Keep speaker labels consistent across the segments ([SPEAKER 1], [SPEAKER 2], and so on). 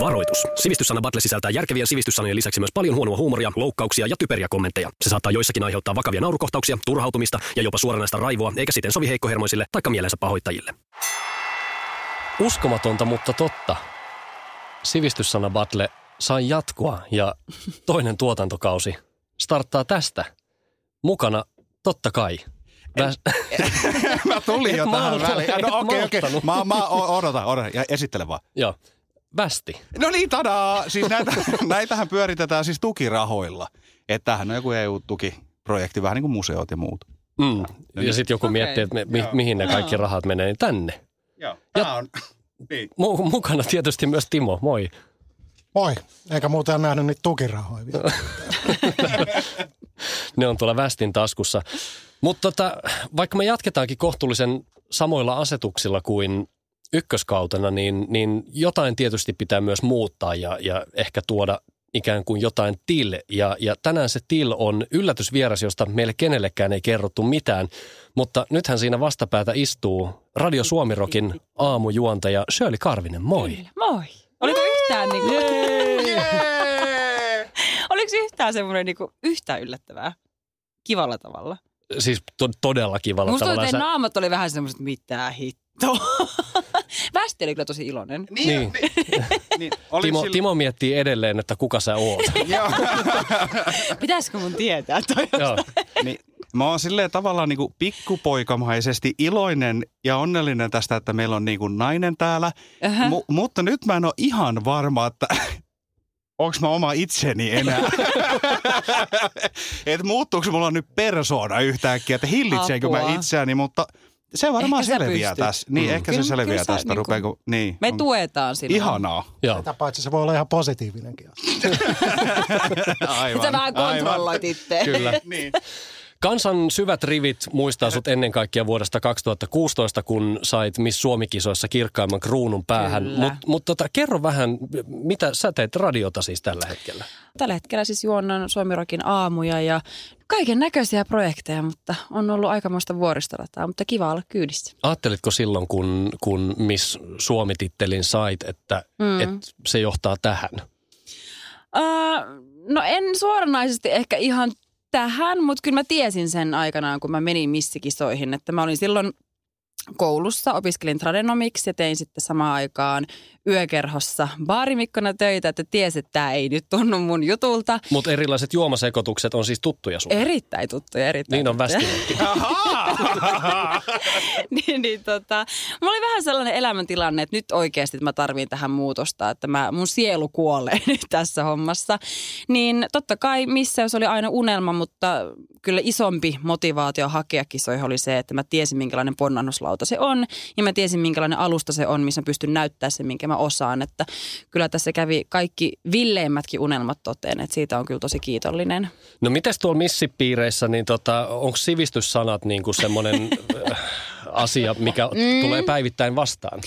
[SPEAKER 1] Varoitus. Sivistyssana Battle sisältää järkevien sivistyssanojen lisäksi myös paljon huonoa huumoria, loukkauksia ja typeriä kommentteja. Se saattaa joissakin aiheuttaa vakavia naurukohtauksia, turhautumista ja jopa suoranaista raivoa, eikä siten sovi heikkohermoisille tai mielensä pahoittajille. Uskomatonta, mutta totta. Sivistyssana Battle sai jatkoa ja toinen tuotantokausi starttaa tästä. Mukana totta kai. Väs-
[SPEAKER 2] Mä tulin jo
[SPEAKER 1] Et
[SPEAKER 2] tähän
[SPEAKER 1] malta-
[SPEAKER 2] väliin.
[SPEAKER 1] et
[SPEAKER 2] No okei, okei.
[SPEAKER 1] malttanut.
[SPEAKER 2] Mä, mä o- odotan, odotan. Ja esittele vaan.
[SPEAKER 1] Joo. Västi.
[SPEAKER 2] No niin, tadaa! Siis näitä, näitähän pyöritetään siis tukirahoilla. Että tämähän on joku EU-tukiprojekti, vähän niin kuin museot ja muut.
[SPEAKER 1] Mm. Ja
[SPEAKER 2] niin.
[SPEAKER 1] sitten joku
[SPEAKER 3] Okei.
[SPEAKER 1] miettii, että me, mi,
[SPEAKER 2] Joo.
[SPEAKER 1] mihin ne kaikki rahat menee, niin tänne.
[SPEAKER 2] Joo,
[SPEAKER 1] tää
[SPEAKER 2] on... Niin.
[SPEAKER 1] Mu- mukana tietysti myös Timo, moi.
[SPEAKER 4] Moi, eikä muuten nähnyt niitä tukirahoja vielä.
[SPEAKER 1] Ne on tuolla Västin taskussa. Mutta tota, vaikka me jatketaankin kohtuullisen samoilla asetuksilla kuin ykköskautena, niin, niin jotain tietysti pitää myös muuttaa ja, ja ehkä tuoda ikään kuin jotain til. Ja, ja tänään se til on yllätysvieras, josta meille kenellekään ei kerrottu mitään. Mutta nythän siinä vastapäätä istuu Radio Suomirokin aamujuontaja Shirley Karvinen, moi.
[SPEAKER 3] Kyllä. Moi. Oliko yhtään, niinku, oliko yhtään semmoinen niinku, yhtään yllättävää? Kivalla tavalla.
[SPEAKER 1] Siis to- todella kivalla
[SPEAKER 3] Musta tuntuu,
[SPEAKER 1] tavalla.
[SPEAKER 3] että
[SPEAKER 1] Sä-
[SPEAKER 3] teidän naamat oli vähän semmoiset, mitä hittoa. Västi oli kyllä tosi iloinen.
[SPEAKER 1] Niin.
[SPEAKER 2] niin. Oli
[SPEAKER 1] Timo, Timo miettii edelleen, että kuka sä oot.
[SPEAKER 2] Joo.
[SPEAKER 3] Pitäisikö mun tietää toi?
[SPEAKER 1] Joo.
[SPEAKER 2] Niin, mä oon silleen tavallaan niin kuin pikkupoikamaisesti iloinen ja onnellinen tästä, että meillä on niin kuin nainen täällä.
[SPEAKER 3] Ähä.
[SPEAKER 2] Mu- mutta nyt mä en ole ihan varma, että onko mä oma itseni enää. Et muuttuuko mulla nyt persoona yhtäkkiä, että hillitseekö mä
[SPEAKER 3] Apua.
[SPEAKER 2] itseäni, mutta se varmaan
[SPEAKER 3] Ehkä sä
[SPEAKER 2] selviää
[SPEAKER 3] pystyt.
[SPEAKER 2] tässä. Niin,
[SPEAKER 1] Mm.
[SPEAKER 2] ehkä
[SPEAKER 3] Kyllä-
[SPEAKER 2] se
[SPEAKER 3] kyllä
[SPEAKER 2] selviää
[SPEAKER 3] sä
[SPEAKER 2] tästä.
[SPEAKER 3] niinku-
[SPEAKER 2] Rupeeko, niin,
[SPEAKER 3] Me
[SPEAKER 2] on-
[SPEAKER 3] tuetaan sinua.
[SPEAKER 2] Ihanaa.
[SPEAKER 1] Joo.
[SPEAKER 4] Sitä paitsi se voi olla ihan positiivinenkin asia.
[SPEAKER 2] Aivan.
[SPEAKER 3] Sä vähän kontrolloit itse.
[SPEAKER 1] Kyllä.
[SPEAKER 2] Niin.
[SPEAKER 1] Kansan syvät rivit muistaa sut ennen kaikkea vuodesta 2016, kun sait Miss Suomi-kisoissa kirkkaimman kruunun päähän.
[SPEAKER 3] Kyllä.
[SPEAKER 1] Mutta mut tota, kerro vähän, mitä sä teet radiota siis tällä hetkellä?
[SPEAKER 3] Tällä hetkellä siis juonnan Suomirokin aamuja ja kaiken näköisiä projekteja, mutta on ollut aikamoista vuoristorataa, mutta kiva olla kyydissä.
[SPEAKER 1] Ajattelitko silloin, kun, kun Miss Suomi-tittelin sait, että mm.
[SPEAKER 3] Mm.
[SPEAKER 1] et se johtaa tähän?
[SPEAKER 3] Äh, no en suoranaisesti ehkä ihan tähän, mutta kyllä mä tiesin sen aikanaan, kun mä menin missikisoihin, että mä olin silloin koulussa, opiskelin tradenomiksi ja tein sitten samaan aikaan yökerhossa baarimikkona töitä, että tiesi, että tämä ei nyt tunnu mun jutulta.
[SPEAKER 1] Mutta erilaiset juomasekoitukset on siis tuttuja sulle.
[SPEAKER 3] Erittäin tuttuja, erittäin
[SPEAKER 1] niin on
[SPEAKER 3] tuttuja.
[SPEAKER 1] västinytkin.
[SPEAKER 3] niin, niin tota, mulla oli vähän sellainen elämäntilanne, että nyt oikeasti mä tarviin tähän muutosta, että mä, mun sielu kuolee nyt tässä hommassa. Niin totta kai missä se oli aina unelma, mutta kyllä isompi motivaatio hakea kisoihin oli se, että mä tiesin minkälainen ponnanuslauta se on ja mä tiesin minkälainen alusta se on, missä mä pystyn näyttää sen, minkä mä osaan. Että kyllä tässä kävi kaikki villeimmätkin unelmat toteen, että siitä on kyllä tosi kiitollinen.
[SPEAKER 1] No mites tuolla missipiireissä, niin tota, onko sivistyssanat niin kuin semmoinen äh, asia, mikä mm. tulee päivittäin vastaan?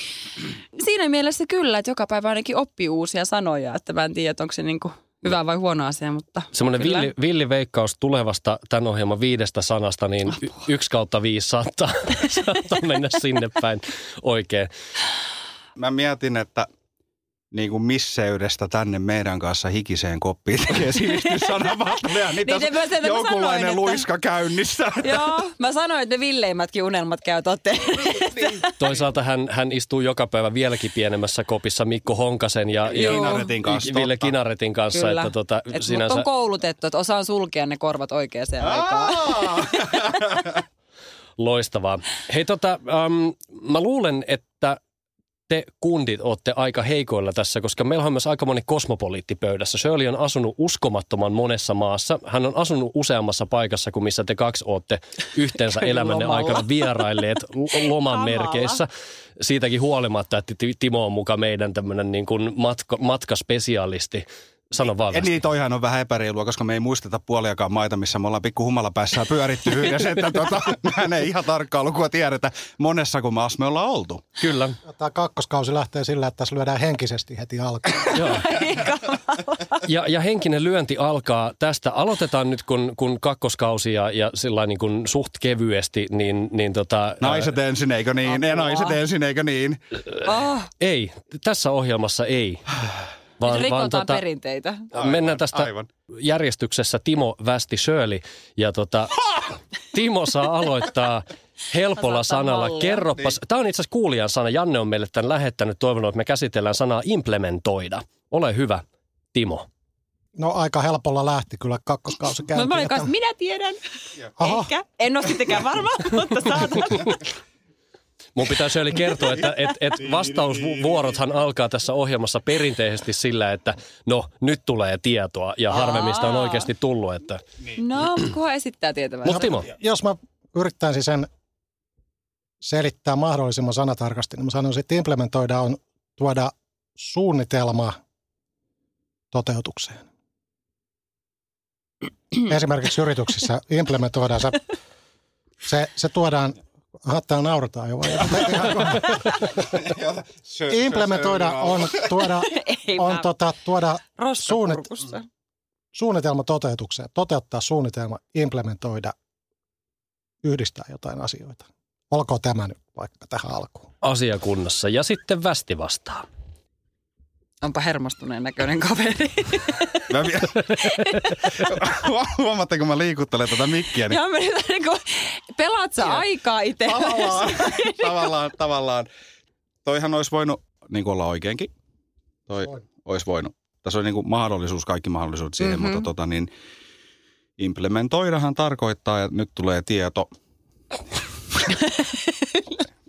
[SPEAKER 3] Siinä mielessä kyllä, että joka päivä ainakin oppii uusia sanoja, että mä en tiedä, että onko se niin kuin hyvä vai huono asia, mutta
[SPEAKER 1] Semmoinen
[SPEAKER 3] kyllä.
[SPEAKER 1] villi, villi veikkaus tulevasta tämän ohjelman viidestä sanasta, niin y- yksi kautta viisi saattaa, saattaa mennä sinne päin oikein.
[SPEAKER 2] Mä mietin, että niin kuin misseydestä tänne meidän kanssa hikiseen koppiin tekee sivistyssanavaltoja, niin tässä
[SPEAKER 3] mä sen- mä
[SPEAKER 2] jonkunlainen
[SPEAKER 3] sanoin, että-
[SPEAKER 2] luiska käynnissä.
[SPEAKER 3] Joo, mä sanoin, että ne villeimmätkin unelmat käy toteen.
[SPEAKER 1] Toisaalta hän, hän istuu joka päivä vieläkin pienemmässä kopissa Mikko Honkasen ja, ja
[SPEAKER 3] Joo.
[SPEAKER 2] Kinaretin kanssa,
[SPEAKER 1] Ville
[SPEAKER 2] totta.
[SPEAKER 1] Kinaretin kanssa. Että tota,
[SPEAKER 3] Et sinänsä... on koulutettu, että osaan sulkea ne korvat oikeaan aikaan.
[SPEAKER 2] Aa!
[SPEAKER 1] Loistavaa. Hei tota, äm, mä luulen, että te kundit olette aika heikoilla tässä, koska meillä on myös aika moni kosmopoliitti pöydässä. Shirley on asunut uskomattoman monessa maassa. Hän on asunut useammassa paikassa kuin missä te kaksi olette yhteensä
[SPEAKER 3] Kyllä
[SPEAKER 1] elämänne
[SPEAKER 3] lomalla.
[SPEAKER 1] aikana vierailleet l- loman merkeissä. Siitäkin huolimatta, että Ti- Timo on muka meidän tämmöinen niin kuin matka, matkaspesialisti. Sano vaan.
[SPEAKER 2] Ja
[SPEAKER 1] Västi.
[SPEAKER 2] niin, toihan on vähän epäreilua, koska me ei muisteta puoliakaan maita, missä me ollaan pikku humalapäässä pyöritty yhdessä, että tota, mehän ei ihan tarkkaa lukua tiedetä monessa kun maassa me ollaan oltu.
[SPEAKER 1] Kyllä.
[SPEAKER 4] Tämä kakkoskausi lähtee sillä, että tässä lyödään henkisesti heti alkuun.
[SPEAKER 1] Joo. ja, ja henkinen lyönti alkaa tästä. Aloitetaan nyt, kun, kun kakkoskausi ja, ja sillä niin kuin suht kevyesti, niin, niin tota,
[SPEAKER 2] Naiset ensin, eikö niin? Ja
[SPEAKER 3] Apua.
[SPEAKER 2] naiset ensin, eikö niin?
[SPEAKER 3] Oh,
[SPEAKER 1] ää, ei, tässä ohjelmassa ei.
[SPEAKER 3] Vaan, rikotaan vaan tota, perinteitä.
[SPEAKER 2] Aivan,
[SPEAKER 1] mennään tästä
[SPEAKER 2] aivan.
[SPEAKER 1] järjestyksessä Timo Västi Shirley. Ja tota, Timo saa aloittaa helpolla
[SPEAKER 3] Osataan
[SPEAKER 1] sanalla.
[SPEAKER 3] mallia.
[SPEAKER 1] Kerropas,
[SPEAKER 2] Niin.
[SPEAKER 1] tämä on itse asiassa kuulijan sana. Janne on meille tämän lähettänyt toivonut, että me käsitellään sanaa implementoida. Ole hyvä, Timo.
[SPEAKER 4] No aika helpolla lähti kyllä kakkoskausi
[SPEAKER 3] Mutta
[SPEAKER 4] käyntiin.
[SPEAKER 3] mä olin
[SPEAKER 4] että-
[SPEAKER 3] kanssa, minä tiedän,
[SPEAKER 4] Aha.
[SPEAKER 3] ehkä. En ole sittenkään varma, mutta saatan.
[SPEAKER 1] Mun pitää Shirley kertoa, että et,
[SPEAKER 2] Niin,
[SPEAKER 1] et vastausvuorothan alkaa tässä ohjelmassa perinteisesti sillä, että no nyt tulee tietoa ja harvemmista on
[SPEAKER 3] Aa.
[SPEAKER 1] oikeasti tullut. Että.
[SPEAKER 4] Niin.
[SPEAKER 3] No, kunhan esittää tietävän.
[SPEAKER 1] Mutta Timo,
[SPEAKER 4] Jos mä yrittäisin sen selittää mahdollisimman sanatarkasti, niin mä sanoisin, että implementoida on tuoda suunnitelma toteutukseen. Esimerkiksi yrityksissä implementoidaan se, se, se tuodaan, aha, täällä naurataan jo. Implementoida on tuoda,
[SPEAKER 3] Ei
[SPEAKER 4] on
[SPEAKER 3] mä-
[SPEAKER 4] tota, tuoda
[SPEAKER 3] roskakurkussa.
[SPEAKER 4] suunnitelma toteutukseen, toteuttaa suunnitelma, implementoida, yhdistää jotain asioita. Olkoon tämä nyt vaikka tähän alkuun.
[SPEAKER 1] asiakunnassa ja sitten Västi vastaa.
[SPEAKER 3] Onpa hermostuneen näköinen kaveri.
[SPEAKER 2] Mä vielä- Huomaatte, kun mä liikuttelen tätä mikkiä, niin
[SPEAKER 3] ja mä nyt niin kuin, pelaat sä aikaa itse.
[SPEAKER 2] tavallaan, tavallaan, tavallaan. Toihan olisi voinut niin kuin olla oikeinkin. Toi
[SPEAKER 4] Voin.
[SPEAKER 2] olisi voinut. Tässä oli niin kuin mahdollisuus, kaikki mahdollisuudet siihen,
[SPEAKER 3] Mhm.
[SPEAKER 2] mm-hmm. mutta tota niin, implementoidahan tarkoittaa, että nyt tulee tieto.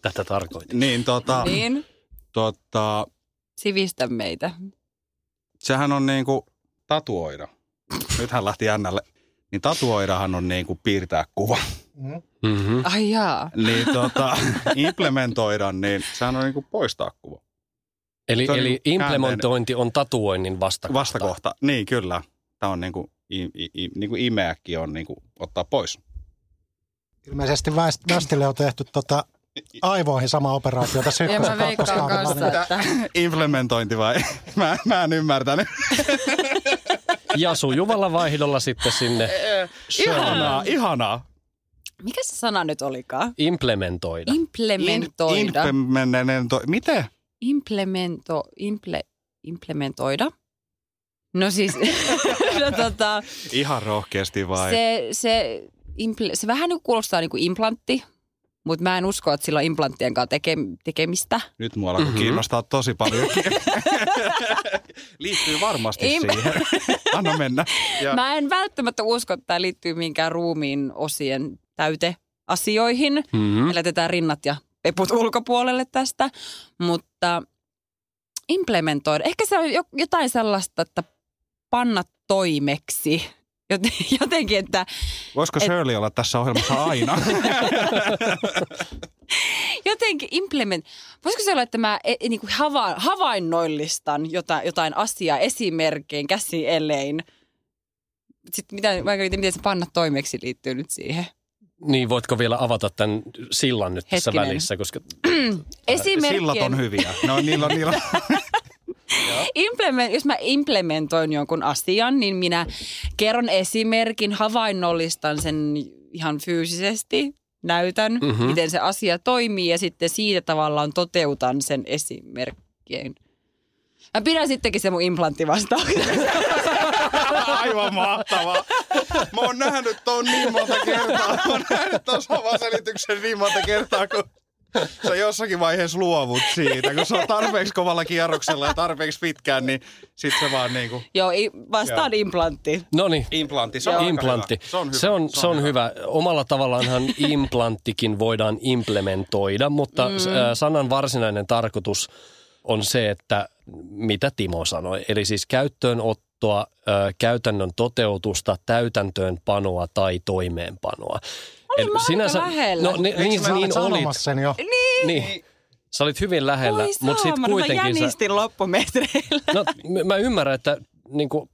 [SPEAKER 1] Tätä tarkoitin.
[SPEAKER 2] Niin tota, niin.
[SPEAKER 3] Niin,
[SPEAKER 2] tota
[SPEAKER 3] sivistä meitä.
[SPEAKER 2] sehän on niin kuin tatuoida. Nyt hän lähti jännälle. Niin tatuoidahan on niin kuin piirtää kuva.
[SPEAKER 4] Mm.
[SPEAKER 1] Mm-hmm.
[SPEAKER 3] Ai jaa.
[SPEAKER 2] Niin tota, implementoida, niin sehän on niin kuin poistaa kuva.
[SPEAKER 1] Eli,
[SPEAKER 2] Se on
[SPEAKER 1] eli
[SPEAKER 2] niinku
[SPEAKER 1] implementointi on tatuoinnin vastakohta.
[SPEAKER 2] Vastakohta. Niin, kyllä. Tämä on niin kuin, i, i, i, niin kuin imeäkin on niin kuin ottaa pois.
[SPEAKER 4] Ilmeisesti Väist- Västille on tehty tota aivoihin sama operaatio tässä
[SPEAKER 3] Ja
[SPEAKER 4] ykkösen
[SPEAKER 3] mä veikkaan
[SPEAKER 4] kakkoskaudella.
[SPEAKER 3] kanssa, että
[SPEAKER 2] Implementointi vai? Mä, mä en ymmärtänyt.
[SPEAKER 1] Ja sujuvalla vaihdolla sitten sinne
[SPEAKER 2] Ihanaa, ihanaa.
[SPEAKER 3] mikä se sana nyt olikaan?
[SPEAKER 1] implementoida.
[SPEAKER 3] Implementoida.
[SPEAKER 2] Implemento, miten?
[SPEAKER 3] Implemento, imple, implementoida. No siis, no tota,
[SPEAKER 2] Ihan rohkeasti vai?
[SPEAKER 3] se, se, impl, se vähän nyt kuulostaa niin kuin implantti, mutta mä en usko, että sillä on implanttien kanssa teke, tekemistä.
[SPEAKER 2] Nyt mua alkoi
[SPEAKER 1] Mhm.
[SPEAKER 2] mm-hmm. kiinnostaa tosi paljon. Liittyy varmasti
[SPEAKER 3] Im-
[SPEAKER 2] siihen. Anna mennä. Ja,
[SPEAKER 3] Mä en välttämättä usko, että tämä liittyy minkään ruumiin osien täyteasioihin.
[SPEAKER 1] Mm-hmm.
[SPEAKER 3] Me Lähetetään rinnat ja peput ulkopuolelle tästä, mutta implementoida. Ehkä se on jo- jotain sellaista, että panna toimeksi. Joten- Jotenkin, että
[SPEAKER 2] Voisiko Shirley olla tässä ohjelmassa aina?
[SPEAKER 3] jotenkin implement... Voisiko se olla, että mä e, e, niin kuin hava, havainnoillistan jotain, jotain asiaa esimerkkein, käsielein? Sitten mitä, mä en tiedä, miten se panna toimeksi liittyy nyt siihen.
[SPEAKER 1] Niin, voitko vielä avata tämän sillan nyt tässä
[SPEAKER 3] Hetkinen.
[SPEAKER 1] välissä, koska
[SPEAKER 2] Sillat on
[SPEAKER 3] Esimerkkien,
[SPEAKER 2] hyviä. No niillä on, niillä on.
[SPEAKER 3] implement, jos mä implementoin jonkun asian, niin minä kerron esimerkin, havainnollistan sen ihan fyysisesti, näytän,
[SPEAKER 1] Mhm.
[SPEAKER 3] mm-hmm. miten se asia toimii ja sitten siitä tavallaan toteutan sen esimerkkien. Mä pidän sittenkin se mun implantti vastaan.
[SPEAKER 2] Aivan mahtavaa. Mä oon nähnyt ton niin monta kertaa. Mä oon nähnyt ton saman selityksen niin monta kertaa, kun sä jossakin vaiheessa luovut siitä. Kun se on tarpeeksi kovalla kierroksella ja tarpeeksi pitkään, niin sit se vaan niinku...
[SPEAKER 3] Joo, i- vastaan implantti.
[SPEAKER 1] No niin,
[SPEAKER 2] Implantti. Se
[SPEAKER 1] Joo.
[SPEAKER 2] aika
[SPEAKER 1] implantti.
[SPEAKER 2] hyvä. Se on hyvä.
[SPEAKER 1] Se on, se on hyvä. Omalla tavallaanhan implanttikin voidaan implementoida, mutta mm. sanan varsinainen tarkoitus on se, että mitä Timo sanoi. Eli siis käyttöönottoa, ö, käytännön toteutusta, täytäntöönpanoa tai toimeenpanoa. Eli
[SPEAKER 3] mä aika lähellä.
[SPEAKER 1] No ni,
[SPEAKER 4] Eikö
[SPEAKER 1] niin,
[SPEAKER 4] sä olet
[SPEAKER 1] niin olit.
[SPEAKER 4] sanomassa sen jo?
[SPEAKER 1] Niin. Sä olit hyvin lähellä,
[SPEAKER 3] Voi
[SPEAKER 1] mutta sitten
[SPEAKER 3] saamari, Mä
[SPEAKER 1] kuitenkin sä,
[SPEAKER 3] jänistin loppumetreillä.
[SPEAKER 1] No m- mä ymmärrän, että niin kuin,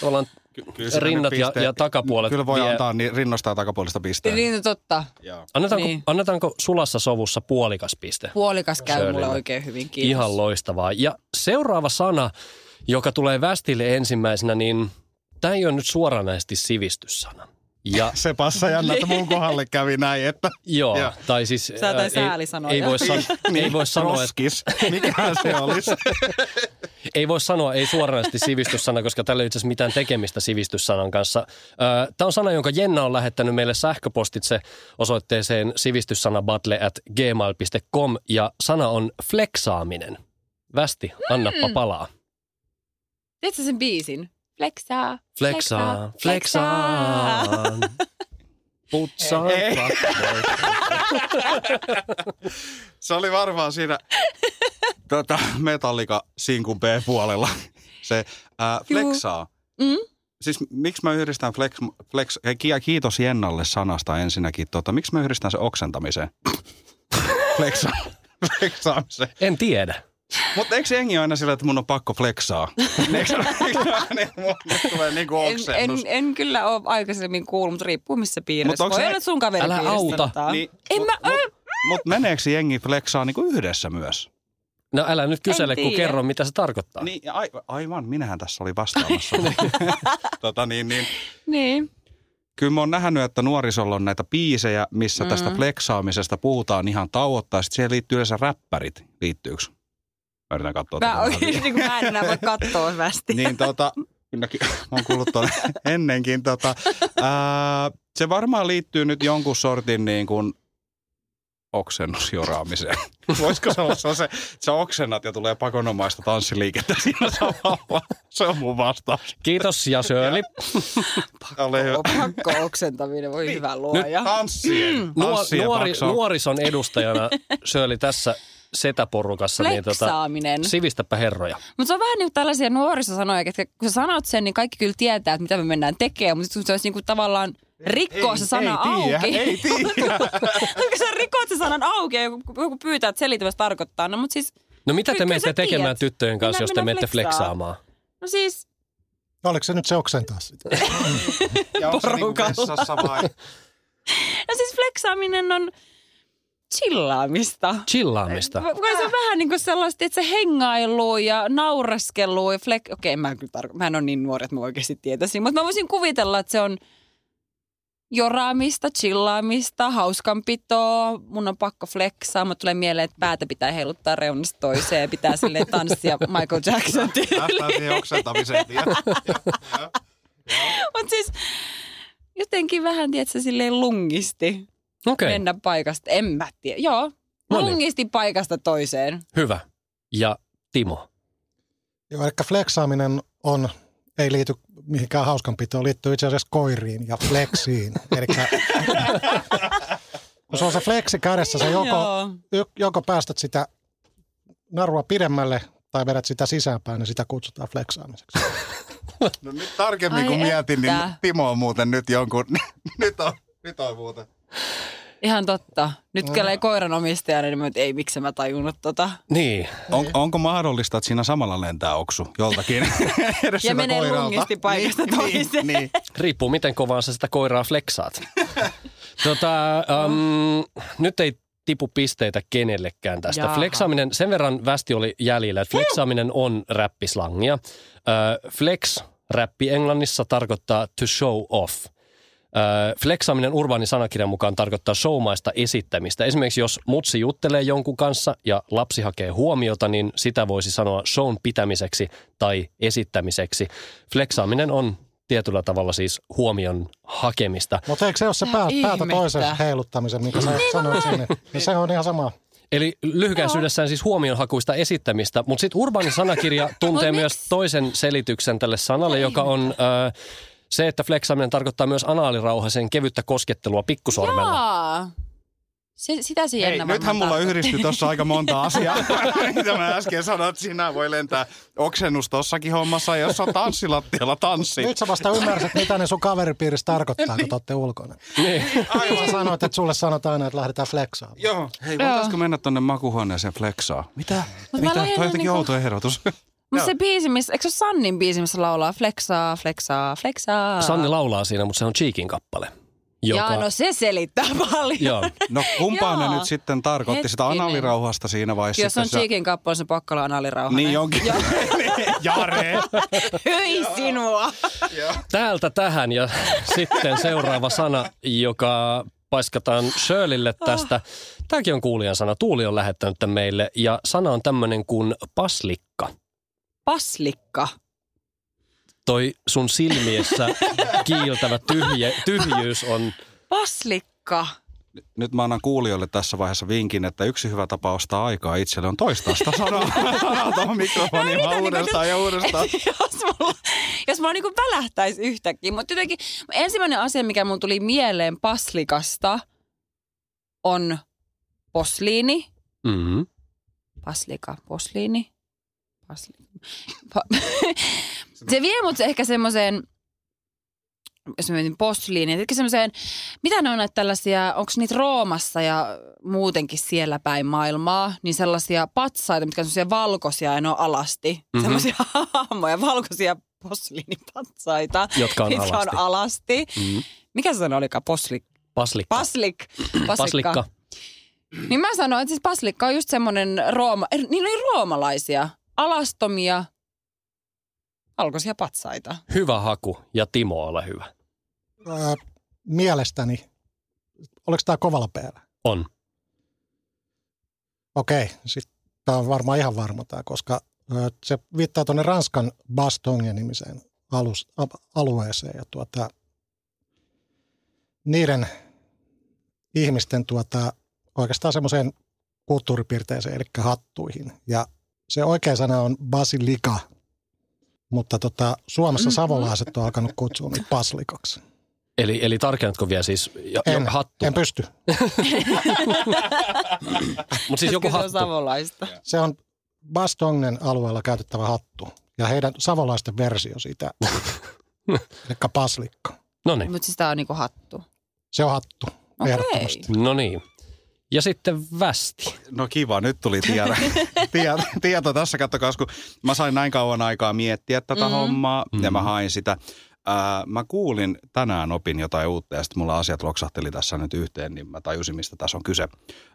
[SPEAKER 1] tavallaan
[SPEAKER 2] Kyllä siinä
[SPEAKER 1] rinnat
[SPEAKER 2] nyt
[SPEAKER 1] ja- ja takapuolet
[SPEAKER 2] Kyllä voi
[SPEAKER 1] vie-
[SPEAKER 2] antaa niin, rinnasta ja takapuolesta pisteen.
[SPEAKER 3] Niin no totta.
[SPEAKER 2] Joo.
[SPEAKER 1] annetaanko, niin.
[SPEAKER 3] Niin.
[SPEAKER 1] annetaanko sulassa sovussa puolikas piste?
[SPEAKER 3] Puolikas käy
[SPEAKER 1] Shirleylle.
[SPEAKER 3] mulle oikein hyvin. Kiitos.
[SPEAKER 1] Ihan loistavaa. Ja seuraava sana, joka tulee västille ensimmäisenä, niin tämä ei ole nyt suoranaisesti sivistyssana. Ja
[SPEAKER 2] Se passa jännä, että mun kohdalle kävi näin, että
[SPEAKER 1] joo,
[SPEAKER 2] Joo.
[SPEAKER 1] tai siis
[SPEAKER 3] Sä jotain
[SPEAKER 1] ää,
[SPEAKER 3] säälisanoja.
[SPEAKER 1] ei, ei, voi san,
[SPEAKER 3] Niin.
[SPEAKER 1] ei, voi sanoa, että,
[SPEAKER 2] roskis. Mikähän se olisi?
[SPEAKER 1] ei voi sanoa, ei suoranaisesti sivistyssana, koska tällä ei itse asiassa mitään tekemistä sivistyssanan kanssa. Tämä on sana, jonka Jenna on lähettänyt meille sähköpostitse osoitteeseen sivistyssanabattle at gmail.com ja sana on fleksaaminen. Västi, annappa palaa.
[SPEAKER 3] Tiedätkö sen biisin? Flexaa,
[SPEAKER 1] Flexaan, flexaan. Putsaan.
[SPEAKER 2] Ei.
[SPEAKER 1] katteet.
[SPEAKER 2] Se oli varmaan siinä tota, metallika sinkun B-puolella. Se ää, flexaa.
[SPEAKER 3] Mm?
[SPEAKER 2] Siis miksi mä yhdistän flex, flex hei, ki- kiitos Jennalle sanasta ensinnäkin. Tota, miksi mä yhdistän se oksentamiseen? Flexa, flexaamiseen.
[SPEAKER 1] En tiedä.
[SPEAKER 2] Mutta eikö jengi aina sillä, että mun on pakko flexaa? Eikö eikö aina mulle tulee niinku
[SPEAKER 3] En, en,
[SPEAKER 2] oksennus?
[SPEAKER 3] en, kyllä ole aikaisemmin kuullut, mutta riippuu missä
[SPEAKER 2] Mut
[SPEAKER 3] piirissä.
[SPEAKER 2] onks
[SPEAKER 3] Voi
[SPEAKER 2] nä-
[SPEAKER 3] olla, että sun kaveri
[SPEAKER 1] Älä
[SPEAKER 3] piiristä
[SPEAKER 1] auta.
[SPEAKER 3] sanotaan.
[SPEAKER 2] Niin,
[SPEAKER 3] En
[SPEAKER 2] mut,
[SPEAKER 3] mä-
[SPEAKER 2] mut, mut meneekö jengi flexaa niinku yhdessä myös?
[SPEAKER 1] No älä nyt kysele, kun
[SPEAKER 3] tiedä.
[SPEAKER 1] kerro, mitä se tarkoittaa. Niin.
[SPEAKER 2] Niin, ai, aivan, minähän tässä oli vastaamassa. tota, niin, niin.
[SPEAKER 3] Niin.
[SPEAKER 2] Kyllä mä oon nähnyt, että nuorisolla on näitä biisejä, missä
[SPEAKER 3] Mm-hmm.
[SPEAKER 2] mm. tästä flexaamisesta puhutaan ihan tauotta. ja Sitten siihen liittyy yleensä räppärit. Liittyykö? Mä yritän katsoa.
[SPEAKER 3] Mä,
[SPEAKER 2] tätä vähän
[SPEAKER 3] oikein, niin kuin mä en enää voi katsoa västi.
[SPEAKER 2] Niin tota, minäkin, mä oon kuullut tuonne ennenkin. Tota, ää, se varmaan liittyy nyt jonkun sortin niin kuin oksennusjoraamiseen. Voisiko se olla se, se oksennat ja tulee pakonomaista tanssiliikettä siinä samalla? Se on mun vastaus.
[SPEAKER 1] Kiitos ja Shirley.
[SPEAKER 2] Ole hyvä.
[SPEAKER 3] Pakko oksentaminen, voi
[SPEAKER 2] Niin.
[SPEAKER 3] hyvä luoja.
[SPEAKER 2] Tanssien,
[SPEAKER 1] Nuor,
[SPEAKER 2] tanssien
[SPEAKER 1] nuori,
[SPEAKER 2] taksaa.
[SPEAKER 1] nuorison edustajana Shirley tässä setäporukassa. Niin tota,
[SPEAKER 3] Flexaaminen.
[SPEAKER 1] sivistäpä herroja.
[SPEAKER 3] Mutta se on vähän niin kuin tällaisia nuorisosanoja, että kun sä sanot sen, niin kaikki kyllä tietää, että mitä me mennään tekemään, mutta se olisi niin kuin tavallaan rikkoa
[SPEAKER 2] Ei-
[SPEAKER 3] se sana
[SPEAKER 2] ei tiedä,
[SPEAKER 3] auki.
[SPEAKER 2] ei tiedä.
[SPEAKER 3] Kun sä rikot sen sanan auki ja joku, joku pyytää, että selitä, mitä tarkoittaa. No, mutta siis,
[SPEAKER 1] No mitä te
[SPEAKER 3] Kyllä
[SPEAKER 1] menette
[SPEAKER 3] sä tiedät.
[SPEAKER 1] tekemään tyttöjen kanssa,
[SPEAKER 3] Minä-
[SPEAKER 1] jos te
[SPEAKER 3] minä
[SPEAKER 1] menette
[SPEAKER 3] flexaan.
[SPEAKER 1] fleksaamaan?
[SPEAKER 3] no siis,
[SPEAKER 4] Oliko se nyt se oksentaa sitä?
[SPEAKER 2] Ja onko se niinku
[SPEAKER 1] porukalla.
[SPEAKER 2] vessassa vai?
[SPEAKER 3] no siis flexaaminen on chillaamista.
[SPEAKER 1] Chillaamista.
[SPEAKER 3] Voi se on vähän niin kuin sellaista, että se hengailua ja nauraskelua ja flek... Okei, mä en, kyllä tarko- mä en ole niin nuori, että mä oikeasti tietäisin, mutta mä voisin kuvitella, että se on joraamista, chillaamista, hauskanpitoa, mun on pakko flexaa, mutta tulee mieleen, että päätä pitää heiluttaa reunasta toiseen ja pitää silleen tanssia Michael Jackson
[SPEAKER 2] Lähtää siihen oksentamiseen. tiedä.
[SPEAKER 3] Mutta siis jotenkin vähän, tiedätkö, silleen lungisti
[SPEAKER 1] Okei, okay,
[SPEAKER 3] mennä paikasta. En mä tiedä. Joo,
[SPEAKER 1] No niin.
[SPEAKER 3] lungisti paikasta toiseen.
[SPEAKER 1] hyvä. Ja Timo.
[SPEAKER 4] Joo, eli flexaaminen on, ei liity mihinkään hauskanpitoon, liittyy itse asiassa koiriin ja flexiin. Eli kun se on se flexi kädessä, sä joko,
[SPEAKER 3] Joo.
[SPEAKER 4] y- joko päästät sitä narua pidemmälle tai vedät sitä sisäänpäin, niin sitä kutsutaan flexaamiseksi.
[SPEAKER 2] No nyt tarkemmin
[SPEAKER 3] Ai
[SPEAKER 2] kun mietin, niin
[SPEAKER 3] että.
[SPEAKER 2] Timo on muuten nyt jonkun... nyt on, nyt on muuten.
[SPEAKER 3] Ihan totta. Nyt kyllä ei koiran omistajana, niin mä, et, ei miksi mä tajunnut tota.
[SPEAKER 1] Niin,
[SPEAKER 2] On, onko mahdollista, että siinä samalla lentää oksu joltakin? Edes
[SPEAKER 3] Ja
[SPEAKER 2] siltä
[SPEAKER 3] menee
[SPEAKER 2] koiralta.
[SPEAKER 3] lungisti paikasta toiseen.
[SPEAKER 2] Niin, niin.
[SPEAKER 1] riippuu miten kovaan sä sitä koiraa fleksaat. tota, um, nyt ei tipu pisteitä kenellekään tästä.
[SPEAKER 3] Jaha.
[SPEAKER 1] Jaha. Fleksaaminen, sen verran västi oli jäljellä, että fleksaaminen on räppislangia. Ö, flex, räppi englannissa tarkoittaa to show off. Öö, flexaaminen urbaanin sanakirjan mukaan tarkoittaa showmaista esittämistä. Esimerkiksi jos mutsi juttelee jonkun kanssa ja lapsi hakee huomiota, niin sitä voisi sanoa shown pitämiseksi tai esittämiseksi. Flexaaminen on tietyllä tavalla siis huomion hakemista.
[SPEAKER 4] Mutta eikö se ole se pää, päätä
[SPEAKER 3] Ihmettä.
[SPEAKER 4] toisen heiluttamisen, minkä sä sanoit sinne? Niin se on ihan sama.
[SPEAKER 1] Eli lyhykäisyydessään siis huomionhakuista esittämistä, mutta sitten urbaani sanakirja tuntee
[SPEAKER 3] Mut
[SPEAKER 1] myös
[SPEAKER 3] No miksi?
[SPEAKER 1] toisen selityksen tälle sanalle, joka on ö, se, että flexaaminen tarkoittaa myös anaalirauhasen kevyttä koskettelua pikkusormella.
[SPEAKER 3] Jaa. Se, sitä se
[SPEAKER 2] Hei,
[SPEAKER 3] jännä
[SPEAKER 2] nythän mulla
[SPEAKER 3] varmaan tarkoitti.
[SPEAKER 2] yhdistyi tuossa aika monta asiaa, mitä mä äsken sanoin, että sinä voi lentää oksennus tossakin hommassa, jos on tanssilattialla tanssi.
[SPEAKER 4] Nyt sä vasta ymmärsit, mitä ne sun kaveripiirissä tarkoittaa, kun te ootte ulkona.
[SPEAKER 1] Niin.
[SPEAKER 4] Sä sanoit, että sulle sanotaan aina, että lähdetään flexaamaan.
[SPEAKER 2] Joo. Hei, voitaisko mennä tonne makuhuoneeseen flexaa? Mitä?
[SPEAKER 3] No, mä
[SPEAKER 2] Mitä? Toi
[SPEAKER 3] lähden
[SPEAKER 2] on jotenkin
[SPEAKER 3] niinku-
[SPEAKER 2] outo ehdotus.
[SPEAKER 3] Mut se biisi, missä, eikö se ole Sannin biisi, missä laulaa flexaa, flexaa, flexaa?
[SPEAKER 1] Sanni laulaa siinä, mutta se on Cheekin kappale.
[SPEAKER 3] Joka... Jaa, no se selittää paljon.
[SPEAKER 1] Joo.
[SPEAKER 2] No kumpaan ne
[SPEAKER 3] Joo.
[SPEAKER 2] nyt sitten tarkoitti sitä
[SPEAKER 3] Hetkinen.
[SPEAKER 2] analirauhasta siinä vai
[SPEAKER 3] Jos
[SPEAKER 2] sitten
[SPEAKER 3] on Cheekin kappale, se pakko olla analirauhanen.
[SPEAKER 2] Niin onkin.
[SPEAKER 3] Joo.
[SPEAKER 2] Jare.
[SPEAKER 3] Hyi sinua.
[SPEAKER 1] Täältä tähän ja sitten seuraava sana, joka paiskataan Shirleylle tästä. Tämäkin on kuulijan sana. Tuuli on lähettänyt tämän meille ja sana on tämmöinen kuin paslikka.
[SPEAKER 3] Paslikka.
[SPEAKER 1] Toi sun silmiessä kiiltävä tyhje, tyhjyys on
[SPEAKER 3] Paslikka.
[SPEAKER 2] Nyt mä annan kuulijoille tässä vaiheessa vinkin, että yksi hyvä tapa ostaa aikaa itselle on toistaa sitä sanaa, sanaa
[SPEAKER 3] No niin,
[SPEAKER 2] tuohon mikrofoniin vaan uudestaan ja uudestaan.
[SPEAKER 3] jos mulla, jos mulla niinku välähtäisi yhtäkkiä. Mutta jotenkin ensimmäinen asia, mikä mun tuli mieleen paslikasta, on posliini.
[SPEAKER 1] mm-hmm.
[SPEAKER 3] Paslika, posliini. Pasli. Pa- se vie mut ehkä semmoiseen, jos mä mietin posliini, ehkä semmoiseen, mitä ne on näitä tällaisia, onko niitä Roomassa ja muutenkin siellä päin maailmaa, niin sellaisia patsaita, mitkä on semmoisia valkoisia ja ne on alasti. Mm-hmm. Semmoisia hahmoja, valkoisia posliinipatsaita,
[SPEAKER 1] Jotka on
[SPEAKER 3] mitkä
[SPEAKER 1] alasti.
[SPEAKER 3] on alasti.
[SPEAKER 1] Mhm.
[SPEAKER 3] Mm-hmm. Mikä se sana olikaan? Poslik.
[SPEAKER 1] paslikka.
[SPEAKER 3] Paslik. Paslikka.
[SPEAKER 1] paslikka.
[SPEAKER 3] Niin mä sanoin, että siis paslikka on just semmoinen rooma, er, niin oli roomalaisia, alastomia, valkoisia patsaita.
[SPEAKER 1] Hyvä haku ja Timo, ole hyvä.
[SPEAKER 4] Ää, Äh, mielestäni, oliko tämä kovalla päällä?
[SPEAKER 1] On.
[SPEAKER 4] Okei, tämä on varmaan ihan varma tämä, koska ö, se viittaa tuonne Ranskan Bastongen-nimiseen alus, a, alueeseen ja tuota, niiden ihmisten tuota, oikeastaan semmoiseen kulttuuripiirteeseen, eli hattuihin. Ja se oikea sana on basilika, mutta tota, Suomessa savolaiset on alkanut kutsua niitä paslikaksi.
[SPEAKER 1] Eli, eli tarkennatko vielä siis jo, jo,
[SPEAKER 4] En,
[SPEAKER 1] hattu?
[SPEAKER 4] en pysty.
[SPEAKER 1] Mutta siis joku
[SPEAKER 3] Koska se on
[SPEAKER 1] hattu.
[SPEAKER 3] savolaista.
[SPEAKER 4] Se on Bastongen alueella käytettävä hattu ja heidän savolaisten versio siitä, eli paslikka.
[SPEAKER 1] No niin.
[SPEAKER 3] Mutta siis tää on niinku hattu.
[SPEAKER 4] Se on hattu,
[SPEAKER 3] Okei.
[SPEAKER 4] ehdottomasti.
[SPEAKER 1] No niin. Ja sitten västi.
[SPEAKER 2] No kiva, nyt tuli tieto, tieto, tieto tässä. Kattokaa, kun mä sain näin kauan aikaa miettiä tätä mm.
[SPEAKER 3] Mhm.
[SPEAKER 2] hommaa ja mä
[SPEAKER 1] Mhm.
[SPEAKER 2] hain sitä. Ää, mä kuulin, tänään opin jotain uutta ja sitten mulla asiat loksahteli tässä nyt yhteen, niin mä tajusin, mistä tässä on kyse.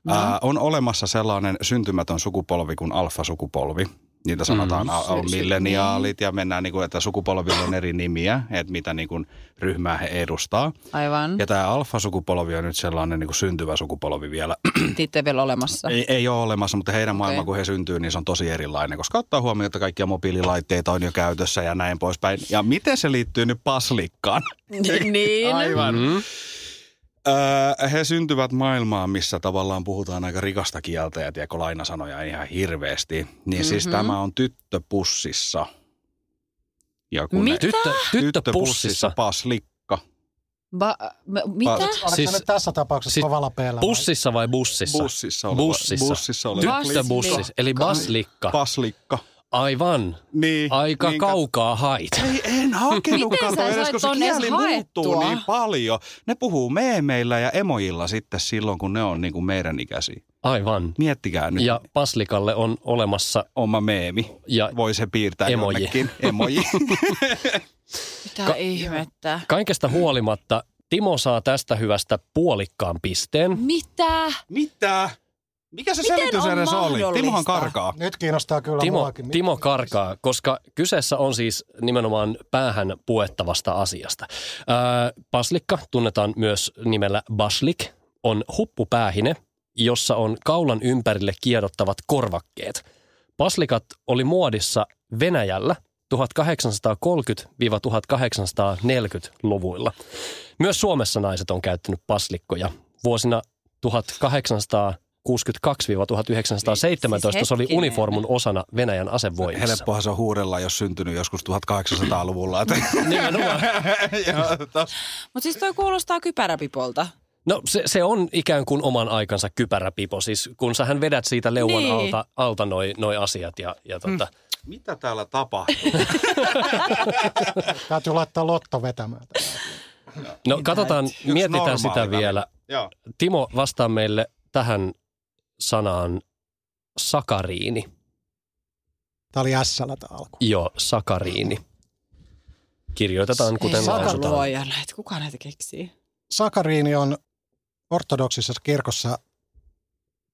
[SPEAKER 2] Ää, on olemassa sellainen syntymätön sukupolvi kuin alfasukupolvi. Niitä sanotaan
[SPEAKER 1] Mm.
[SPEAKER 2] mm. on milleniaalit ja mennään, niin kuin, että sukupolvilla on eri nimiä, että mitä niin kuin, ryhmää he edustaa.
[SPEAKER 3] Mm. Aivan.
[SPEAKER 2] Ja tämä alfasukupolvi on nyt sellainen niin kuin syntyvä sukupolvi vielä.
[SPEAKER 3] Niitä ei vielä olemassa.
[SPEAKER 2] Ei, ei ole olemassa, mutta heidän maailma,
[SPEAKER 3] Okei.
[SPEAKER 2] kun he syntyy, niin se on tosi erilainen, koska ottaa huomioon, että kaikkia mobiililaitteita on jo käytössä ja näin poispäin. Ja miten se liittyy nyt paslikkaan?
[SPEAKER 3] niin.
[SPEAKER 2] Aivan.
[SPEAKER 1] Mm.
[SPEAKER 2] Öö, he syntyvät maailmaan, missä tavallaan puhutaan aika rikasta kieltä ja tiedätkö lainasanoja ihan hirveästi. Niin mm-hmm. siis
[SPEAKER 3] Mhm.
[SPEAKER 2] tämä on tyttöpussissa. Ja
[SPEAKER 3] Mitä?
[SPEAKER 1] Tyttö, tyttöpussissa.
[SPEAKER 2] paslikka.
[SPEAKER 3] Ba, mä- mitä?
[SPEAKER 2] Pa-
[SPEAKER 4] Oliko
[SPEAKER 1] Siis-
[SPEAKER 4] siis, nyt tässä tapauksessa
[SPEAKER 1] siis
[SPEAKER 4] siis kovalla päällä?
[SPEAKER 1] Bussissa vai bussissa?
[SPEAKER 2] Bussissa oleva.
[SPEAKER 1] Bussissa.
[SPEAKER 2] Bussissa oleva.
[SPEAKER 3] Tyttö-
[SPEAKER 1] Tyttöbussissa, eli baslikka.
[SPEAKER 2] Paslikka.
[SPEAKER 1] Aivan.
[SPEAKER 2] Niin.
[SPEAKER 1] Aika
[SPEAKER 2] niin,
[SPEAKER 1] kaukaa hait.
[SPEAKER 2] Ei, en hakenutkaan
[SPEAKER 3] Miten sä
[SPEAKER 2] toi edes,
[SPEAKER 3] sait
[SPEAKER 2] kun se
[SPEAKER 3] ton edes
[SPEAKER 2] kieli
[SPEAKER 3] haettua?
[SPEAKER 2] muuttuu niin paljon. Ne puhuu meemeillä ja emojilla sitten silloin, kun ne on niin kuin meidän ikäisiä.
[SPEAKER 1] Aivan.
[SPEAKER 2] Miettikää nyt,
[SPEAKER 1] Ja Paslikalle on olemassa
[SPEAKER 2] oma meemi.
[SPEAKER 1] ja
[SPEAKER 2] Voi se piirtää
[SPEAKER 1] Emoji.
[SPEAKER 2] jonnekin. Emoji.
[SPEAKER 3] Mitä ihmettä?
[SPEAKER 1] kaikesta huolimatta Timo saa tästä hyvästä puolikkaan pisteen.
[SPEAKER 3] Mitä?
[SPEAKER 2] Mitä? Mikä se
[SPEAKER 3] Miten
[SPEAKER 2] selitys
[SPEAKER 3] on
[SPEAKER 2] edes oli?
[SPEAKER 3] mahdollista?
[SPEAKER 2] Timohan karkaa.
[SPEAKER 4] Nyt kiinnostaa kyllä
[SPEAKER 1] Timo,
[SPEAKER 4] muakin.
[SPEAKER 1] Timo karkaa, koska kyseessä on siis nimenomaan päähän puettavasta asiasta. Ää, paslikka tunnetaan myös nimellä baslik, on huppupäähine, jossa on kaulan ympärille kiedottavat korvakkeet. Paslikat oli muodissa Venäjällä 1830-1840-luvuilla. Myös Suomessa naiset on käyttänyt paslikkoja. Vuosina 1862-1917
[SPEAKER 3] Siis
[SPEAKER 1] se oli
[SPEAKER 3] hetkinen.
[SPEAKER 1] uniformun osana Venäjän asevoimissa.
[SPEAKER 2] Helppohan se on huudella, jos syntynyt joskus 1800-luvulla. että-
[SPEAKER 1] Nimenomaan.
[SPEAKER 2] Ja tos-
[SPEAKER 3] Mutta siis toi kuulostaa kypäräpipolta.
[SPEAKER 1] No se, se on ikään kuin oman aikansa kypäräpipo, siis kun sähän vedät siitä leuan niin.
[SPEAKER 3] Niin.
[SPEAKER 1] alta, alta noi, noi asiat ja, ja tota,
[SPEAKER 2] Mitä täällä tapahtuu?
[SPEAKER 4] Täytyy laittaa lotto vetämään. tätä.
[SPEAKER 1] No katsotaan,
[SPEAKER 2] Yksi
[SPEAKER 1] mietitään
[SPEAKER 2] normaali
[SPEAKER 1] sitä
[SPEAKER 2] välillä.
[SPEAKER 1] vielä.
[SPEAKER 2] Joo.
[SPEAKER 1] Timo, vastaa meille tähän sanaan sakariini.
[SPEAKER 4] Tämä oli ässällä tämä alku.
[SPEAKER 1] Joo, sakariini. Kirjoitetaan kuten
[SPEAKER 3] Ei,
[SPEAKER 1] lausutaan.
[SPEAKER 3] luoja näitä. Kuka näitä keksii?
[SPEAKER 4] sakariini on ortodoksisessa kirkossa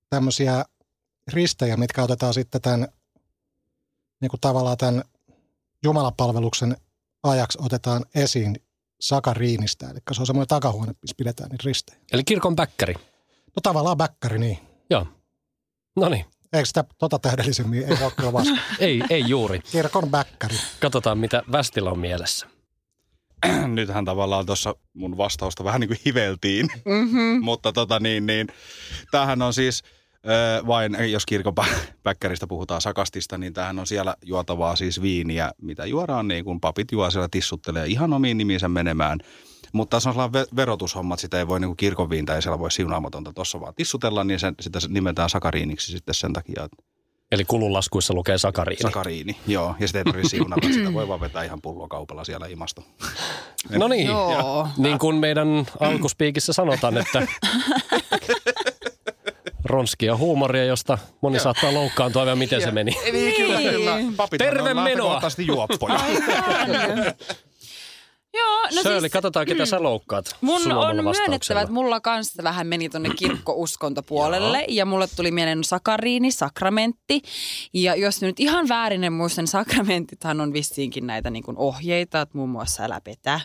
[SPEAKER 4] tämmöisiä ristejä, mitkä otetaan sitten tämän niin kuin tavallaan tämän jumalapalveluksen ajaksi otetaan esiin sakariinista. Eli se on semmoinen takahuone, missä pidetään niitä ristejä.
[SPEAKER 1] Eli kirkon päkkäri.
[SPEAKER 4] No tavallaan bäkkäri, niin.
[SPEAKER 1] Joo. No niin,
[SPEAKER 4] Eikö sitä tota täydellisemmin? Ei voi kyllä vastata.
[SPEAKER 1] ei, ei juuri.
[SPEAKER 4] Kirkon bäkkäri.
[SPEAKER 1] Katsotaan, mitä Västillä on mielessä.
[SPEAKER 2] Nythän tavallaan tuossa mun vastausta vähän niin kuin hiveltiin.
[SPEAKER 3] Mm-hmm.
[SPEAKER 2] Mutta tota niin, niin tämähän on siis ö, vain, jos kirkon pä- päkkäristä puhutaan sakastista, niin tämähän on siellä juotavaa siis viiniä, mitä juodaan niin kuin papit juo siellä tissuttelee ihan omiin nimiinsä menemään. Mutta se on sellainen ve- verotushommat, sitä ei voi niin kuin kirkon viintä, ei siellä voi siunaamatonta tuossa vaan tissutella, niin sen, sitä nimetään sakariiniksi sitten sen takia, että
[SPEAKER 1] Eli kululaskuissa lukee sakariini.
[SPEAKER 2] sakariini, joo, ja sitä ei tarvitse siunata, sitä voi vaan vetää ihan pullokaupalla siellä imasta.
[SPEAKER 1] no niin,
[SPEAKER 3] Joo.
[SPEAKER 1] niin kuin meidän alkuspiikissä sanotaan, että ronskia huumoria, josta moni saattaa loukkaantua, ja miten se meni.
[SPEAKER 2] Niin, kyllä,
[SPEAKER 3] Niin.
[SPEAKER 2] kyllä. Papit
[SPEAKER 1] Terve
[SPEAKER 2] on
[SPEAKER 1] menoa.
[SPEAKER 2] lähtökohtaisesti juoppoja.
[SPEAKER 3] Joo, no
[SPEAKER 1] Shirley,
[SPEAKER 3] siis
[SPEAKER 1] katsotaan, ketä sä loukkaat.
[SPEAKER 3] mun
[SPEAKER 1] Sulla
[SPEAKER 3] on
[SPEAKER 1] vastauksella.
[SPEAKER 3] myönnettävä, että mulla kanssa vähän meni tonne kirkkouskontopuolelle ja mulle tuli mieleen sakariini, sakramentti. Ja jos nyt ihan väärin en muista, niin sakramentithan on vissiinkin näitä niin kuin ohjeita, että muun muassa älä petä.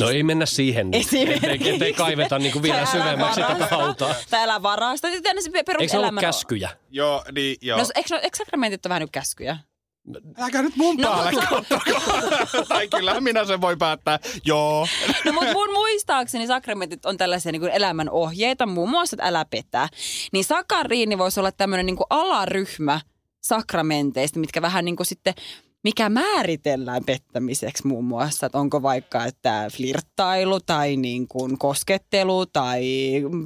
[SPEAKER 1] No ei mennä siihen, nyt,
[SPEAKER 3] Esimerkiksi.
[SPEAKER 1] ettei, ettei kaiveta niin kuin vielä
[SPEAKER 3] Tai älä
[SPEAKER 1] syvemmäksi tätä
[SPEAKER 3] varasta.
[SPEAKER 1] hautaa.
[SPEAKER 3] Tai älä varasta. Tämä on se
[SPEAKER 1] Eikö se ollut
[SPEAKER 3] peruselämän...
[SPEAKER 1] käskyjä?
[SPEAKER 2] joo, niin, joo.
[SPEAKER 3] No, eikö, eikö sakramentit ole vähän nyt käskyjä?
[SPEAKER 2] Äläkä nyt mun
[SPEAKER 3] No,
[SPEAKER 2] päälle, no, tai kyllähän minä sen voi päättää. Joo.
[SPEAKER 3] No mutta mun muistaakseni sakramentit on tällaisia niin elämän ohjeita, muun muassa, että älä petä. Niin sakariini voisi olla tämmöinen niin alaryhmä sakramenteista, mitkä vähän niin kuin sitten mikä määritellään pettämiseksi muun muassa, että onko vaikka että flirttailu tai niin kuin koskettelu tai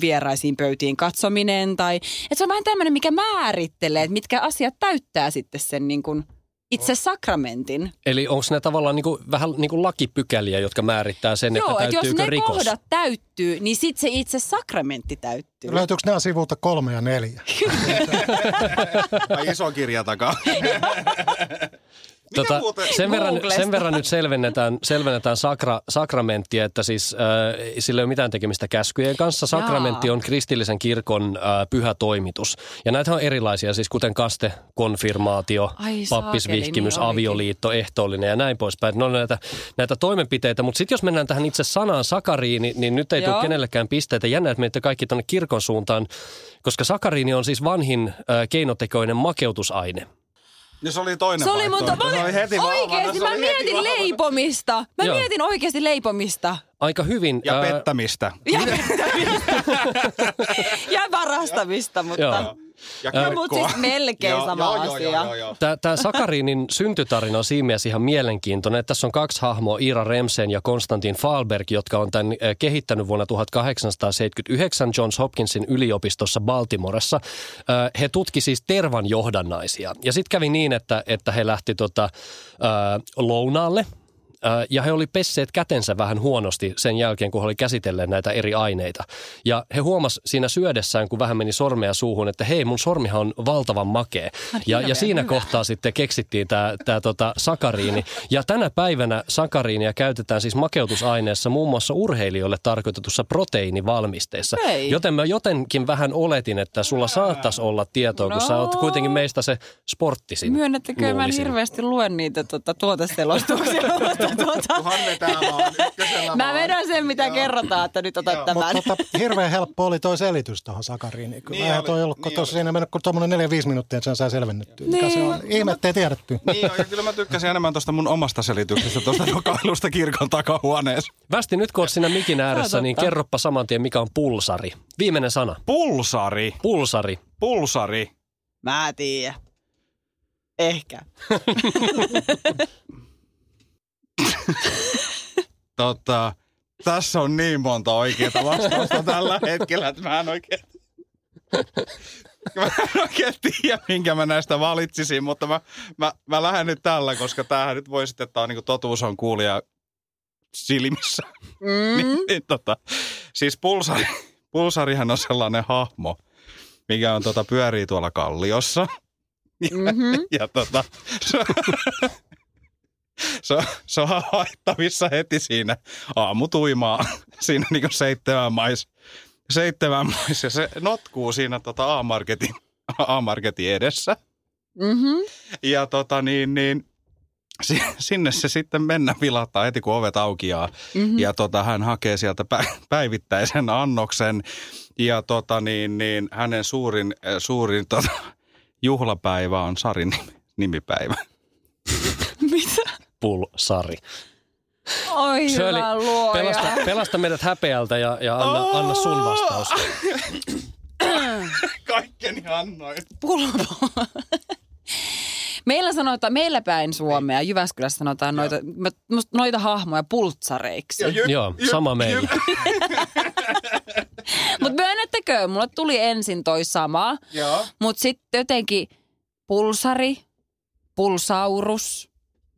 [SPEAKER 3] vieraisiin pöytiin katsominen tai että se on vähän tämmöinen, mikä määrittelee, että mitkä asiat täyttää sitten sen niin kuin itse sakramentin.
[SPEAKER 1] Eli onko ne tavallaan niin kuin, vähän niin kuin lakipykäliä, jotka määrittää sen,
[SPEAKER 3] Joo,
[SPEAKER 1] että
[SPEAKER 3] että jos
[SPEAKER 1] täyttyykö
[SPEAKER 3] ne
[SPEAKER 1] rikos?
[SPEAKER 3] kohdat täyttyy, niin sitten se itse sakramentti täyttyy.
[SPEAKER 2] No,
[SPEAKER 4] Löytyykö nämä sivulta kolme ja neljä?
[SPEAKER 2] Tai iso kirja takaa. Mikä
[SPEAKER 1] Tota,
[SPEAKER 2] muuten?
[SPEAKER 1] sen, verran,
[SPEAKER 3] Googlesta?
[SPEAKER 1] sen verran nyt selvennetään, selvennetään sakra, sakramenttia, että siis äh, sillä ei ole mitään tekemistä käskyjen kanssa. Sakramentti
[SPEAKER 3] Jaa.
[SPEAKER 1] on kristillisen kirkon äh, pyhä toimitus. Ja näitä on erilaisia, siis kuten kaste, konfirmaatio,
[SPEAKER 3] Ai saakeli,
[SPEAKER 1] pappisvihkimys,
[SPEAKER 3] niin olikin.
[SPEAKER 1] avioliitto, ehtoollinen ja näin poispäin. Ne on näitä, näitä toimenpiteitä, mutta sitten jos mennään tähän itse sanaan sakariini, niin nyt ei tule
[SPEAKER 3] Joo.
[SPEAKER 1] kenellekään pisteitä. Jännä, että menette kaikki tuonne kirkon suuntaan, koska sakariini on siis vanhin äh, keinotekoinen makeutusaine.
[SPEAKER 2] No se oli toinen
[SPEAKER 3] Se oli mun...
[SPEAKER 2] vaihtoehto.
[SPEAKER 3] Mä,
[SPEAKER 2] Se oli heti vahvana,
[SPEAKER 3] oikeesti,
[SPEAKER 2] se
[SPEAKER 3] mä
[SPEAKER 2] oli heti
[SPEAKER 3] mietin
[SPEAKER 2] vahvana.
[SPEAKER 3] leipomista. Mä
[SPEAKER 1] Joo.
[SPEAKER 3] mietin oikeesti leipomista.
[SPEAKER 1] Aika hyvin.
[SPEAKER 2] Ja
[SPEAKER 1] äh,
[SPEAKER 2] pettämistä.
[SPEAKER 3] Ja, ja varastamista, mutta...
[SPEAKER 1] Joo.
[SPEAKER 2] Ja
[SPEAKER 3] No, mut
[SPEAKER 2] kirkkoa.
[SPEAKER 3] siis melkein
[SPEAKER 2] Joo,
[SPEAKER 3] sama
[SPEAKER 2] joo, joo,
[SPEAKER 3] asia.
[SPEAKER 2] Joo, joo, joo.
[SPEAKER 1] Tämä Sakariinin syntytarina on siinä mielessä ihan mielenkiintoinen. että Tässä on kaksi hahmoa, Iira Remsen ja Konstantin Falberg, jotka on tämän eh, kehittänyt vuonna 1879 Johns Hopkinsin yliopistossa Baltimoressa. Ö, He tutki siis tervan johdannaisia. Ja sitten kävi niin, että, että he lähti tota, ö, lounaalle Ö, ja he oli pesseet kätensä vähän huonosti sen jälkeen, kun he oli käsitelleet näitä eri aineita. Ja he huomas siinä syödessään, kun vähän meni sormea suuhun, että hei, mun sormihan on valtavan makea. Ja, ja
[SPEAKER 3] hirveän
[SPEAKER 1] siinä
[SPEAKER 3] hyvä.
[SPEAKER 1] kohtaa sitten keksittiin tämä tää tota sakariini. Ja tänä päivänä sakariinia käytetään siis makeutusaineessa muun muassa urheilijoille tarkoitetussa proteiinivalmisteessa.
[SPEAKER 3] Hei.
[SPEAKER 1] Joten mä jotenkin vähän oletin, että sulla saattaisi olla tietoa, kun sä oot
[SPEAKER 3] No.
[SPEAKER 1] kuitenkin meistä se sporttisin.
[SPEAKER 3] Myönnettäkö, mä en
[SPEAKER 1] luulisin.
[SPEAKER 3] hirveästi luen niitä tuota, tuoteselostuksia, mutta tuota,
[SPEAKER 2] Kunhan vetää vaan ykkösellä
[SPEAKER 3] mä
[SPEAKER 2] niin vaan.
[SPEAKER 3] vedän sen, mitä kerrotaan, että nyt otat tämän.
[SPEAKER 4] Mutta tota, hirveän helppo oli toi selitys tuohon Sakariin. Kyllä
[SPEAKER 2] Niin
[SPEAKER 4] niin
[SPEAKER 2] oli,
[SPEAKER 4] toi ollut, kun
[SPEAKER 2] niin
[SPEAKER 4] tuossa
[SPEAKER 2] oli.
[SPEAKER 4] siinä ei mennyt kuin tuommoinen neljä viisi minuuttia, että sen sai selvennettyä. Niin. Mikä se on? Ihme, ettei tiedetty.
[SPEAKER 2] Niin joo, ja kyllä mä tykkäsin enemmän tuosta mun omasta selityksestä, tuosta nokailusta kirkon takahuoneessa.
[SPEAKER 1] Västi, nyt kun oot siinä mikin ääressä,
[SPEAKER 3] totta.
[SPEAKER 1] niin kerropa saman tien, mikä on pulsari. Viimeinen sana.
[SPEAKER 2] Pulsari,
[SPEAKER 1] Pulsari.
[SPEAKER 2] pulsari.
[SPEAKER 3] Mä tiedän. Ehkä.
[SPEAKER 2] Tota, tässä on niin monta oikeaa vastausta tällä hetkellä, että mä en oikein... Mä en oikein tiedä, minkä mä näistä valitsisin, mutta mä, mä, mä lähden nyt tällä, koska tämähän nyt voi sitten, että on niin totuus on kuulija silmissä.
[SPEAKER 3] Mm.
[SPEAKER 2] Niin, tota, siis pulsari, pulsarihan on sellainen hahmo, mikä on tota, pyörii tuolla kalliossa.
[SPEAKER 3] Mm-hmm.
[SPEAKER 2] Ja tota, se, se, on- se on haittavissa heti siinä aamutuimaa, siinä niinku seitsemän mais, seitsemän mais ja se notkuu siinä tota A-marketin, A-marketin edessä.
[SPEAKER 3] Mm-hmm.
[SPEAKER 2] Ja tota niin, niin si- sinne se sitten mennä vilattaa heti kun ovet aukiaa.
[SPEAKER 3] Mhm.
[SPEAKER 2] Mm-hmm. Ja tota, hän hakee sieltä pä- päivittäisen annoksen. Ja tota niin, niin hänen suurin, äh, suurin tota, juhlapäivä on Sarin nimi- nimipäivä.
[SPEAKER 3] Mitä?
[SPEAKER 1] Pulsari.
[SPEAKER 3] Oi
[SPEAKER 1] Shirley,
[SPEAKER 3] hyvä luoja.
[SPEAKER 1] Pelasta, pelasta meidät häpeältä ja, ja anna, anna sun vastaus.
[SPEAKER 3] Oh.
[SPEAKER 2] Kaikkeni annoin.
[SPEAKER 3] Pulpo. Meillä sanotaan, meillä päin Suomea, Jyväskylässä sanotaan noita, mä- must- noita hahmoja pultsareiksi.
[SPEAKER 1] Joo, sama meillä.
[SPEAKER 3] Mutta myönnettäkö, mulle tuli ensin toi sama,
[SPEAKER 2] Joo.
[SPEAKER 3] mutta sitten jotenkin pulsari, pulsaurus,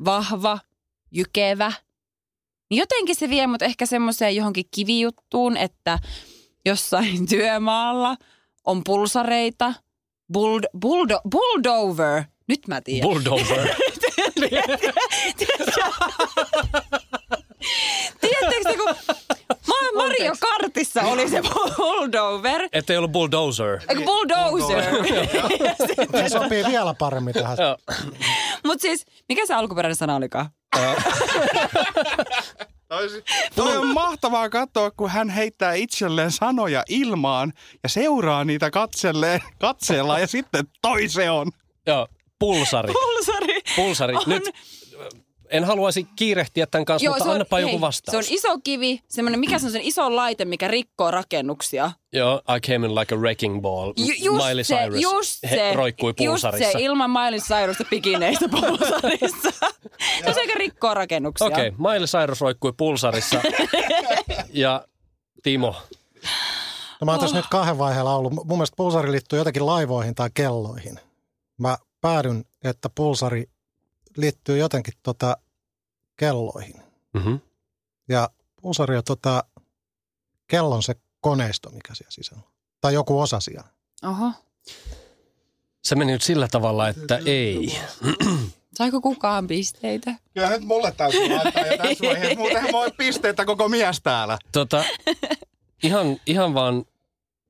[SPEAKER 3] vahva, jykevä. Niin jotenkin se vie mut ehkä semmoiseen johonkin kivijuttuun, että jossain työmaalla on pulsareita, bulldo, bulldo, bulldover, nyt mä tiedän.
[SPEAKER 1] Bulldozer.
[SPEAKER 3] Tiedättekö te, kun Ma- Mario Kartissa oli se bulldover,
[SPEAKER 1] Ettei ollut bulldozer.
[SPEAKER 3] eikö bulldozer.
[SPEAKER 4] Se sopii vielä paremmin tähän.
[SPEAKER 1] Joo.
[SPEAKER 3] Mutta siis, mikä se alkuperäinen sana olikaan?
[SPEAKER 2] Toi on mahtavaa katsoa, kun hän heittää itselleen sanoja ilmaan ja seuraa niitä katselleen, katseella ja sitten toi se on.
[SPEAKER 1] Joo, pulsari.
[SPEAKER 3] Pulsari.
[SPEAKER 1] Pulsari.
[SPEAKER 3] On.
[SPEAKER 1] Nyt äh, en haluaisi kiirehtiä tämän kanssa, Joo,
[SPEAKER 3] se
[SPEAKER 1] mutta
[SPEAKER 3] on-
[SPEAKER 1] annapa
[SPEAKER 3] hei,
[SPEAKER 1] joku vastaus.
[SPEAKER 3] Se on iso kivi, semmoinen, mikä se on sen iso laite, mikä rikkoo rakennuksia.
[SPEAKER 1] Joo, I came in like a wrecking ball.
[SPEAKER 3] Ju- just
[SPEAKER 1] Miley
[SPEAKER 3] se,
[SPEAKER 1] Cyrus
[SPEAKER 3] just
[SPEAKER 1] he-
[SPEAKER 3] se,
[SPEAKER 1] roikkui pulsarissa.
[SPEAKER 3] Just se, ilman Miley Cyrusta pikineistä pulsarissa. se on se, joka rikkoo rakennuksia.
[SPEAKER 1] Okei, okay, Miley Cyrus roikkui pulsarissa. ja Timo.
[SPEAKER 4] No mä oon tässä nyt kahden vaiheella ollut. Mun mielestä pulsari liittyy jotenkin laivoihin tai kelloihin. Mä päädyn, että pulsari liittyy jotenkin tota kelloihin.
[SPEAKER 1] Mm-hmm.
[SPEAKER 4] Ja pulsari on tota kellon se koneisto, mikä siellä sisällä on. Tai joku osa siellä.
[SPEAKER 3] Oho.
[SPEAKER 1] Se meni nyt sillä tavalla, että ei.
[SPEAKER 3] Saiko kukaan pisteitä?
[SPEAKER 2] Kyllä nyt mulle täytyy laittaa ja tässä vaiheessa. Muutenhan mä oon pisteitä koko mies täällä.
[SPEAKER 1] Tota, ihan, ihan vaan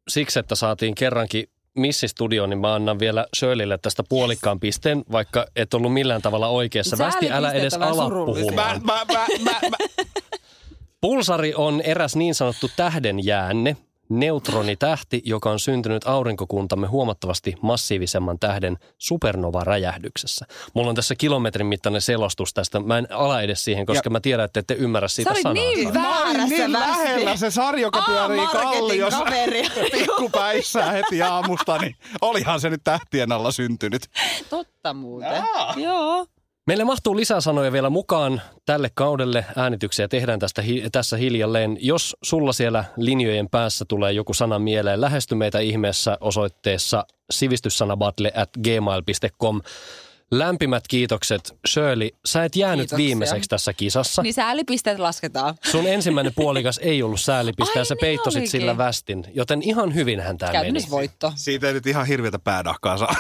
[SPEAKER 1] siksi, että saatiin kerrankin Missistudioon, niin mä annan vielä Shirleylle tästä puolikkaan pisteen, vaikka et ollut millään tavalla oikeassa.
[SPEAKER 3] Mut
[SPEAKER 1] Västi, älä
[SPEAKER 3] säälipisteet
[SPEAKER 1] edes
[SPEAKER 3] on vähän
[SPEAKER 1] ala
[SPEAKER 3] surullisia.
[SPEAKER 1] puhumaan.
[SPEAKER 2] mä, mä, mä, mä.
[SPEAKER 1] Pulsari on eräs niin sanottu tähdenjäänne, neutronitähti, joka on syntynyt aurinkokuntamme huomattavasti massiivisemman tähden supernova-räjähdyksessä. Mulla on tässä kilometrin mittainen selostus tästä. Mä en ala edes siihen, koska mä tiedän, että ette ymmärrä
[SPEAKER 3] Sä
[SPEAKER 1] siitä
[SPEAKER 3] olit
[SPEAKER 1] sanaa.
[SPEAKER 3] niin väärässä
[SPEAKER 2] niin
[SPEAKER 3] Västi.
[SPEAKER 2] lähellä se sarja, joka pyörii
[SPEAKER 3] A-marketin
[SPEAKER 2] kalliossa
[SPEAKER 3] kaveri.
[SPEAKER 2] pikkupäissä heti aamusta, niin olihan se nyt tähtien alla syntynyt.
[SPEAKER 3] Totta muuten. Joo.
[SPEAKER 1] Meille mahtuu lisää sanoja vielä mukaan tälle kaudelle. Äänityksiä tehdään tästä, hi- tässä hiljalleen. Jos sulla siellä linjojen päässä tulee joku sana mieleen, lähesty meitä ihmeessä osoitteessa sivistyssanabattle at gmail.com. Lämpimät kiitokset. Shirley, sä et jäänyt
[SPEAKER 3] Kiitoksia.
[SPEAKER 1] viimeiseksi tässä kisassa.
[SPEAKER 3] Niin säälipisteet lasketaan.
[SPEAKER 1] Sun ensimmäinen puolikas ei ollut säälipiste ja
[SPEAKER 3] Ai
[SPEAKER 1] sä
[SPEAKER 3] niin
[SPEAKER 1] peittosit
[SPEAKER 3] olikin.
[SPEAKER 1] sillä västin. Joten ihan hyvinhän tämä meni.
[SPEAKER 3] Käytännössä voitto.
[SPEAKER 2] Siitä ei nyt ihan hirveätä päädahkaa saa.